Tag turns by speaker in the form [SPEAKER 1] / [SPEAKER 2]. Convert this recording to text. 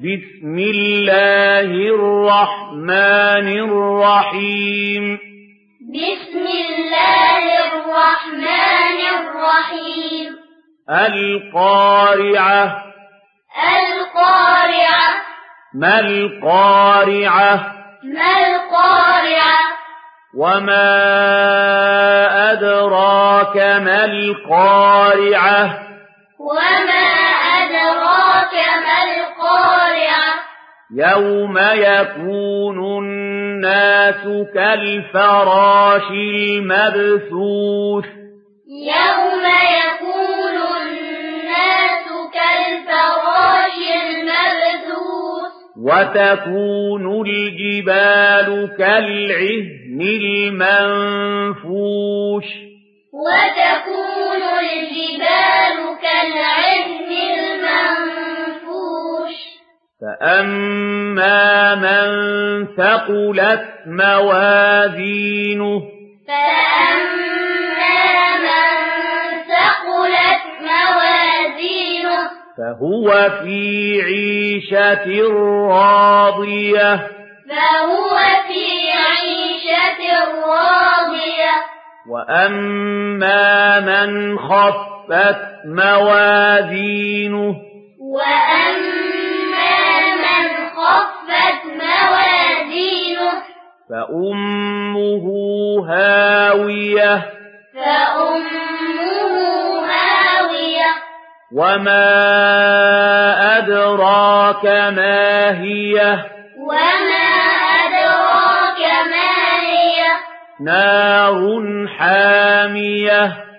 [SPEAKER 1] بسم الله الرحمن الرحيم
[SPEAKER 2] بسم الله الرحمن الرحيم
[SPEAKER 1] القارعة
[SPEAKER 2] القارعة
[SPEAKER 1] ما القارعة
[SPEAKER 2] ما القارعة
[SPEAKER 1] وما أدراك ما القارعة
[SPEAKER 2] وما أدراك ما القارعة
[SPEAKER 1] يوم يكون الناس كالفراش المبثوث
[SPEAKER 2] يوم يكون الناس كالفراش المبثوث
[SPEAKER 1] وتكون الجبال كالعهن المنفوش
[SPEAKER 2] وتكون الجبال كالعهن المنفوش
[SPEAKER 1] فأما من ثقلت موازينه
[SPEAKER 2] فأما من ثقلت موازينه
[SPEAKER 1] فهو في عيشة راضية
[SPEAKER 2] فهو في عيشة راضية
[SPEAKER 1] وأما من خفت موازينه
[SPEAKER 2] وأما من خفت موازينه
[SPEAKER 1] فأمه هاوية
[SPEAKER 2] فأمه هاوية
[SPEAKER 1] وما أدراك ما هي
[SPEAKER 2] وما أدراك ما هي
[SPEAKER 1] نار حامية